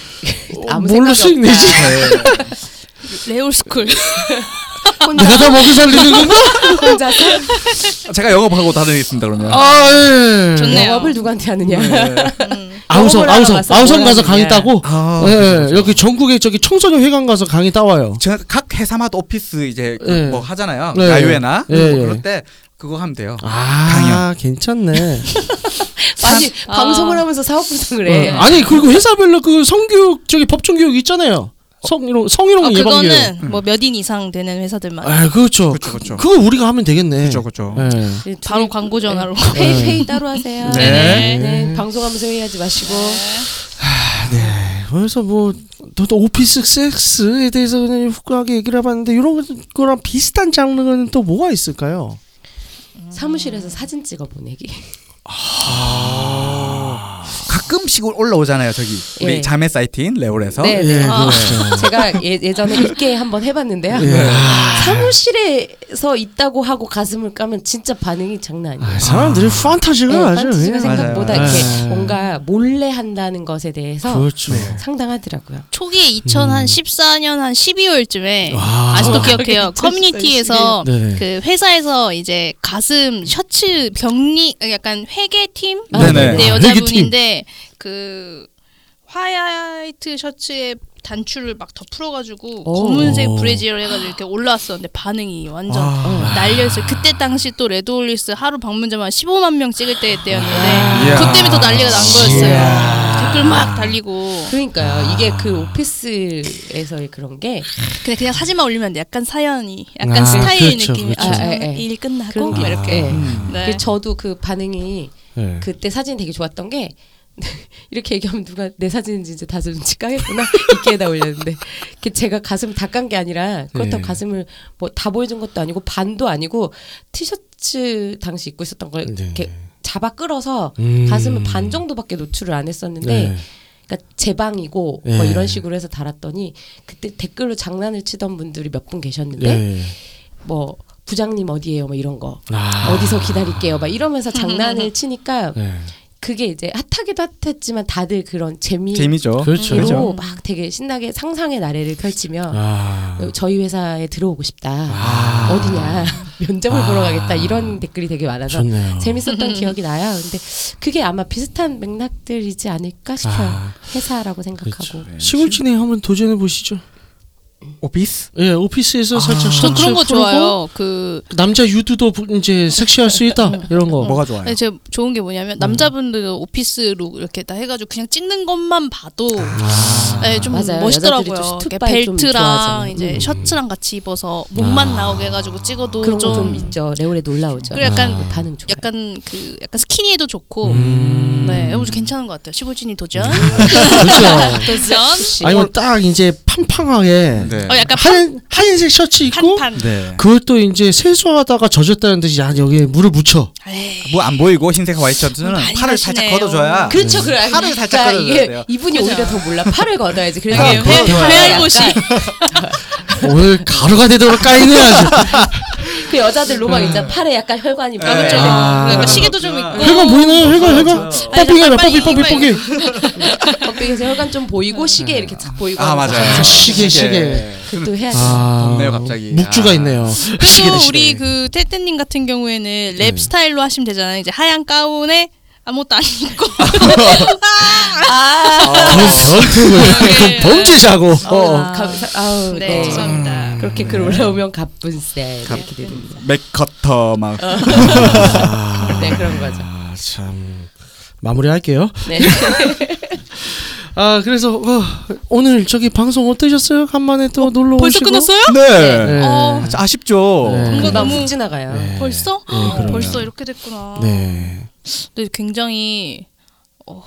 아무 뭘로 생각이 수익 내지? 네. 레올스쿨. 아, 내가 다 먹여 살리는 건가? 혼자서 제가 영업하고 다니겠습니다 그러면. 아, 좋네. 예. 좋네요. 영업을 누구한테 하느냐? 아우성, 영업을 하러 아우성, 가서 아우성 가서 뭐라 강의 그러냐. 따고. 아, 예, 그렇죠. 여기 전국에 저기 청소년 회관 가서 강의 따와요. 제가 각 회사마다 오피스 이제 그 예. 뭐 하잖아요. 예. 야유회나 예, 뭐 예. 그럴 때 그거 하면 돼요. 아, 괜찮네. 아니 아. 방송을 하면서 사업 구성을 해. 어, 아니 그리고 회사별로 그 성교육 저기 법정 교육 있잖아요. 성희롱 성희롱 어, 예방 교육. 그거는 뭐 몇 인 이상 되는 회사들만. 아 그렇죠. 그렇죠, 그렇죠. 그거 우리가 하면 되겠네. 그렇죠, 그렇죠. 예. 바로 광고 전화로. 네, 페이 페이 따로 하세요. 네. 네, 방송하면서 회의하지 마시고 그래서 뭐또 오피스 섹스에 대해서 그냥 후하게 얘기를 해봤는데 이런 거랑 비슷한 장르는 또 뭐가 있을까요? 사무실에서 사진 찍어 보내기. 가끔씩 올라오잖아요 저기 우리 예. 자매 사이트인 레올에서 네, 예, 네. 그렇죠. 제가 예, 예전에 입계 한번 해봤는데요. 예. 사무실에서 있다고 하고 가슴을 까면 진짜 반응이 장난 아니에요. 아, 사람들이 판타지가 예. 네, 아주 판타지가 그냥- 생각보다 맞아요. 이렇게 예. 뭔가 몰래 한다는 것에 대해서 그렇죠. 네. 상당하더라고요. 초기에 2014년 한 12월쯤에 음. 와. 아직도 기억해요. 커뮤니티에서 네네. 그 회사에서 이제 가슴 셔츠 격리 약간 회계팀 아, 네네. 네, 회계팀. 여자분인데 그 화이트 셔츠에 단추를 막 덮어가지고 오. 검은색 브래지어를 해가지고 이렇게 올라왔었는데 반응이 완전 아. 날려있어요. 그때 당시 또 레드올리스 하루 방문자만 15만 명 찍을 때였는데 그 때문에 더 난리가 난 거였어요. 댓글 막 달리고 그러니까요. 아. 이게 그 오피스에서의 그런 게 근데 그냥 사진만 올리면 안 돼. 약간 사연이, 약간 아, 스타일 그렇죠, 느낌이. 그렇죠. 아, 아, 오늘 예, 예. 일 끝나고 그런 막 게 이렇게. 예. 음. 네. 그 저도 그 반응이 예. 그때 사진 되게 좋았던 게 이렇게 얘기하면 누가 내 사진은 진짜 다 눈치 까겠구나 이렇게다 올렸는데 그 제가 가슴 다 깐 게 아니라 그렇다고 네. 가슴을 뭐 다 보여준 것도 아니고 반도 아니고 티셔츠 당시 입고 있었던 걸 네. 이렇게 잡아 끌어서 음. 가슴을 반 정도밖에 노출을 안 했었는데 네. 그러니까 제 방이고 뭐 네. 이런 식으로 해서 달았더니 그때 댓글로 장난을 치던 분들이 몇 분 계셨는데 예. 뭐 부장님 어디에요 뭐 이런 거 아. 어디서 기다릴게요 막 이러면서 장난을 치니까 예. 그게 이제 핫하기도 핫했지만 다들 그런 재미 재미죠 그렇죠. 로 그죠? 막 되게 신나게 상상의 나래를 펼치며 아. 저희 회사에 들어오고 싶다 어디냐 면접을 보러 가겠다 이런 댓글이 되게 많아서 좋네요. 음. 재밌었던 기억이 나요 근데 그게 아마 비슷한 맥락들이지 않을까 싶어요 아. 회사라고 생각하고 예, 시골 진행 한번 도전해 보시죠. 오피스 예, 오피스에서 아. 살짝 전 그런 거 셔츠를 풀고 좋아요. 그 남자 유두도 부- 이제 섹시할 수 있다 네. 이런 거. 뭐가 좋아요 네, 아니, 제가 좋은 게 뭐냐면 남자분들은 오피스룩 이렇게 다 해가지고 그냥 찍는 것만 봐도 네, 좀 맞아요. 멋있더라고요. 여자들이 좀 이렇게 슈트바에 좀 벨트랑 좋아하잖아요. 이제 음. 셔츠랑 같이 입어서 목만 나오게 해가지고 찍어도 그런 좀, 거 좀 있죠 레올에 그렇죠. 놀라우죠 그래, 약간- 그 반응 좋아요 약간 그 약간 스키니에도 좋고 네, 너무 괜찮은 것 같아요. 시골진이 도전 그렇죠. 도전. 아니면 딱 이제 팡팡하게 네. 어 약간 하얀 하얀색 셔츠 입고 판판. 네. 그걸 또 이제 세수하다가 젖었다는 듯이 야 여기에 물을 묻혀. 에이. 뭐 안 보이고 흰색 와이셔츠는 많이 팔을 살짝 하시네요. 걷어줘야 음, 그렇죠, 그래. 아. 팔을 살짝 그러니까 걷어줘야 돼요. 이게 이분이 오히려 더 몰라. 팔을 걷어야지. 그래서 이게 회- 약간 회알못이. 오늘 가루가 되도록 까이네 아주. 그 여자들 로망 있잖아. 팔에 약간 혈관이 막 네. 그렇죠. 아. 그러니까 시계도 좀 있고. 해가 보이네 해가 해가. 그렇죠. 뽀삐가 뽀삐 빨리 뽀삐 빨리 뽀삐. 겉에서 혈관 좀 음. 보이고 시계 이렇게 쫙 보이고. 아 하면서 맞아요 아, 시계, 시계. 또 해야 돼. 아, 덥네요, 갑자기. 묵주가 아. 있네요. 그래도 시계다, 네. 시계. 우리 그 테테님 같은 경우에는 랩 스타일로 하시면 되잖아요. 이제 하얀 가운에 아무것도 안 입고 아, 아, 그럼 범죄자고. 어. 아, 감사. 아우. 네, 네. 음. 죄송합니다. 그렇게 글 올라오면 갑분세 이렇게 됩니다. 맥커터 막 어. 네 그런 거죠. 아, 참. 마무리할게요. 네. 아, 그래서 어, 오늘 저기 방송 어떠셨어요? 간만에 또 놀러 벌써 오시고. 끝났어요? 네. 네. 어. 아, 아쉽죠 네. 뭔가 금방 너무 훅 지나가요. 벌써? 아, 그럼요. 벌써 이렇게 됐구나. 네. 근데 굉장히 어,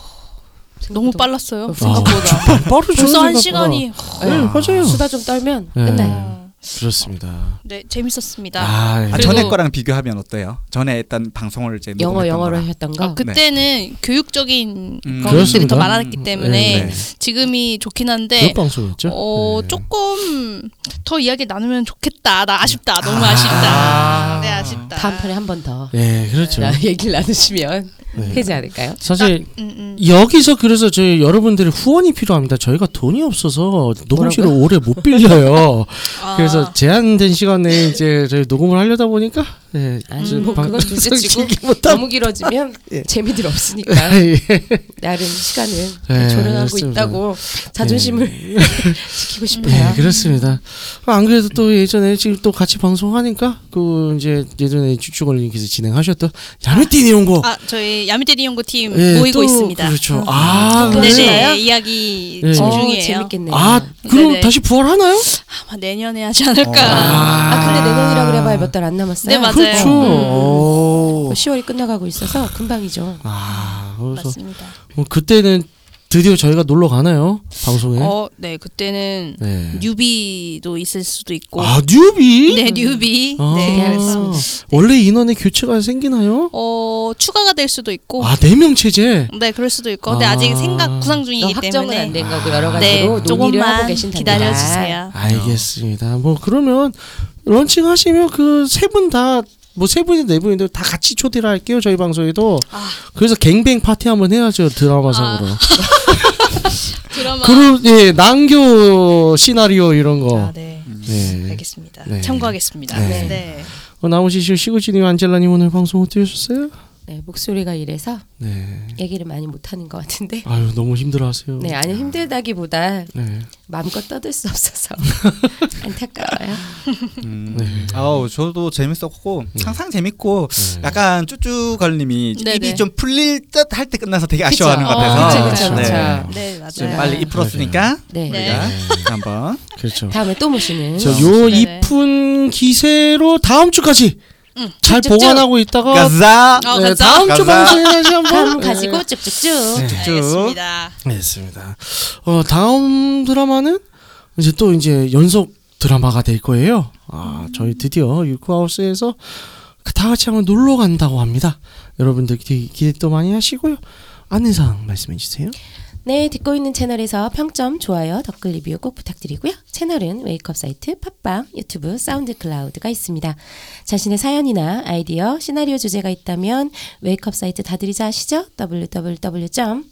너무 빨랐어요. 생각보다. 빠르죠. 벌써 한 아, 생각보다. 시간이. 네, 맞아요. 수다 좀 떨면 네. 끝나요. 그렇습니다. 네, 재밌었습니다. 아, 아, 그리고- 전에 거랑 비교하면 어때요? 전에 일단 방송을 이제 영어 녹음했던 영어로 거랑. 했던 거. 아, 그때는 교육적인 음. 것들이 네. 그렇습니다. 더 많았기 때문에 네, 네. 지금이 좋긴 네. 몇 한데 방송이었죠? 어 네. 조금 더 이야기 나누면 좋겠다. 나 아쉽다. 너무 아쉽다. 네 아쉽다. 다음 편에 한 번 더. 네, 그렇죠. 나 얘기를 나누시면 네. 되지 않을까요? 사실 음, 음. 여기서 그래서 저희 여러분들의 후원이 필요합니다. 저희가 돈이 없어서 녹음실을 오래 못 빌려요. 아, 그래서 제한된 시간에 이제 저희 녹음을 하려다 보니까 예, 아니 이제 뭐 방- 그건 둘째치고 방송이 못하고 너무 길어지면 예. 재미들 없으니까 예. 나름 시간을 네, 조련하고 그렇습니다. 있다고 자존심을 지키고 싶어요. 네. 예, 그렇습니다. 아, 안 그래도 또 예전에 지금 또 같이 방송하니까 그 이제 예전에 주축원님께서 진행하셨던 야매띠 내용고 아 저희 야미테리 연구팀 예, 모이고 또 있습니다. 그렇죠. 아, 근데 그래요? 네, 이야기 예. 중 어, 중이에요. 재밌겠네요. 아, 그럼 네네. 다시 부활하나요? 아마 내년에 하지 않을까. 아, 근데 내년이라 그래봐야 몇 달 안 네, 남았어요. 뭐 맞아요. 그렇죠. 오. 10월이 끝나가고 있어서 금방이죠. 아, 그래서 맞습니다. 뭐 그때는 드디어 저희가 놀러 가나요? 방송에? 어, 네 그때는 네. 뉴비도 있을 수도 있고. 아 뉴비? 네 뉴비. 아, 네. 그래서 원래 인원의 교체가 생기나요? 어 추가가 될 수도 있고. 아 네 명 체제. 네 그럴 수도 있고. 근데 아. 아직 생각 구상 중이기 확정은 때문에. 안 된 거고 여러 네 가지로 논의를 하고 조금만 계신다. 기다려 주세요. 알겠습니다. 뭐 그러면 런칭 하시면 그 세 분 다 뭐 세 분이 네 분인데 다 같이 초대를 할게요 저희 방송에도. 아. 그래서 갱뱅 파티 한번 해야죠 드라마상으로. 드라마. 그리고 예 난교 시나리오 이런 거. 아, 네. 어. 네. 알겠습니다. 네. 참고하겠습니다. 참고하겠습니다. 네. 네. 어, 나오시죠 시구진님 안젤라님 오늘 방송 어떻게 하셨어요? 네, 목소리가 이래서 네. 얘기를 많이 못하는 것 같은데. 아유 너무 힘들어하세요. 네, 아니 힘들다기보다 네. 마음껏 떠들 수 없어서 안타까워요. 음. 네. 아우 저도 재밌었고 항상 재밌고 네. 약간 쭈쭈걸님이 네네. 입이 좀 풀릴 듯 할 때 끝나서 되게 아쉬워하는 것 같아서 어, 그쵸, 그쵸, 네. 그쵸. 네, 맞아요. 좀 빨리 입 풀었으니까 네. 우리가 한번 그렇죠. 다음에 또 모시는 저 요 네네. 이쁜 기세로 다음 주까지 잘 네, 쭉쭉쭉. 보관하고 있다가 가자 어, 네, 가자. 다음 주 가자. 방송에 다시 감 음. 한번 아, 네. 가지고 쭉쭉쭉. 네, 알겠습니다. 알겠습니다. 어, 다음 드라마는 이제 또 이제 연속 드라마가 될 거예요. 아, 저희 드디어 유쿠하우스에서 다 같이 한번 놀러 간다고 합니다. 여러분들 기- 기대도 많이 하시고요. 안내사항 말씀해 주세요. 네, 듣고 있는 채널에서 평점, 좋아요, 댓글 리뷰 꼭 부탁드리고요. 채널은 웨이크업 사이트, 팟빵, 유튜브, 사운드 클라우드가 있습니다. 자신의 사연이나 아이디어, 시나리오 주제가 있다면 웨이크업 사이트 다들이자 아시죠? www.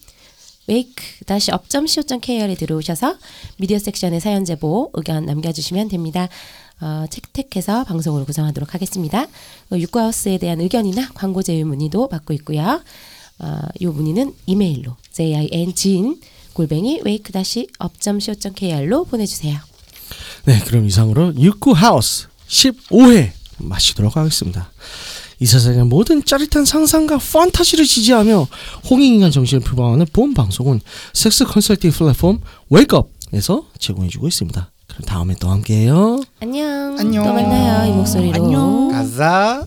wake-up.co.kr에 들어오셔서 미디어 섹션의 사연 제보, 의견 남겨주시면 됩니다. 어, 채택해서 방송으로 구성하도록 하겠습니다. 어, 육구하우스에 대한 의견이나 광고 제휴 문의도 받고 있고요. 어, 요 문의는 이메일로 jingin 골뱅이 wake-up.co.kr로 보내주세요. 네, 그럼 이상으로 육구하우스 15회 마치도록 하겠습니다. 이 세상의 모든 짜릿한 상상과 판타지를 지지하며 홍익인간 정신을 표방하는 본 방송은 섹스 컨설팅 플랫폼 웨이크업에서 제공해주고 있습니다. 그럼 다음에 또 함께해요. 안녕. 안녕. 또 만나요. 이 목소리로. 가자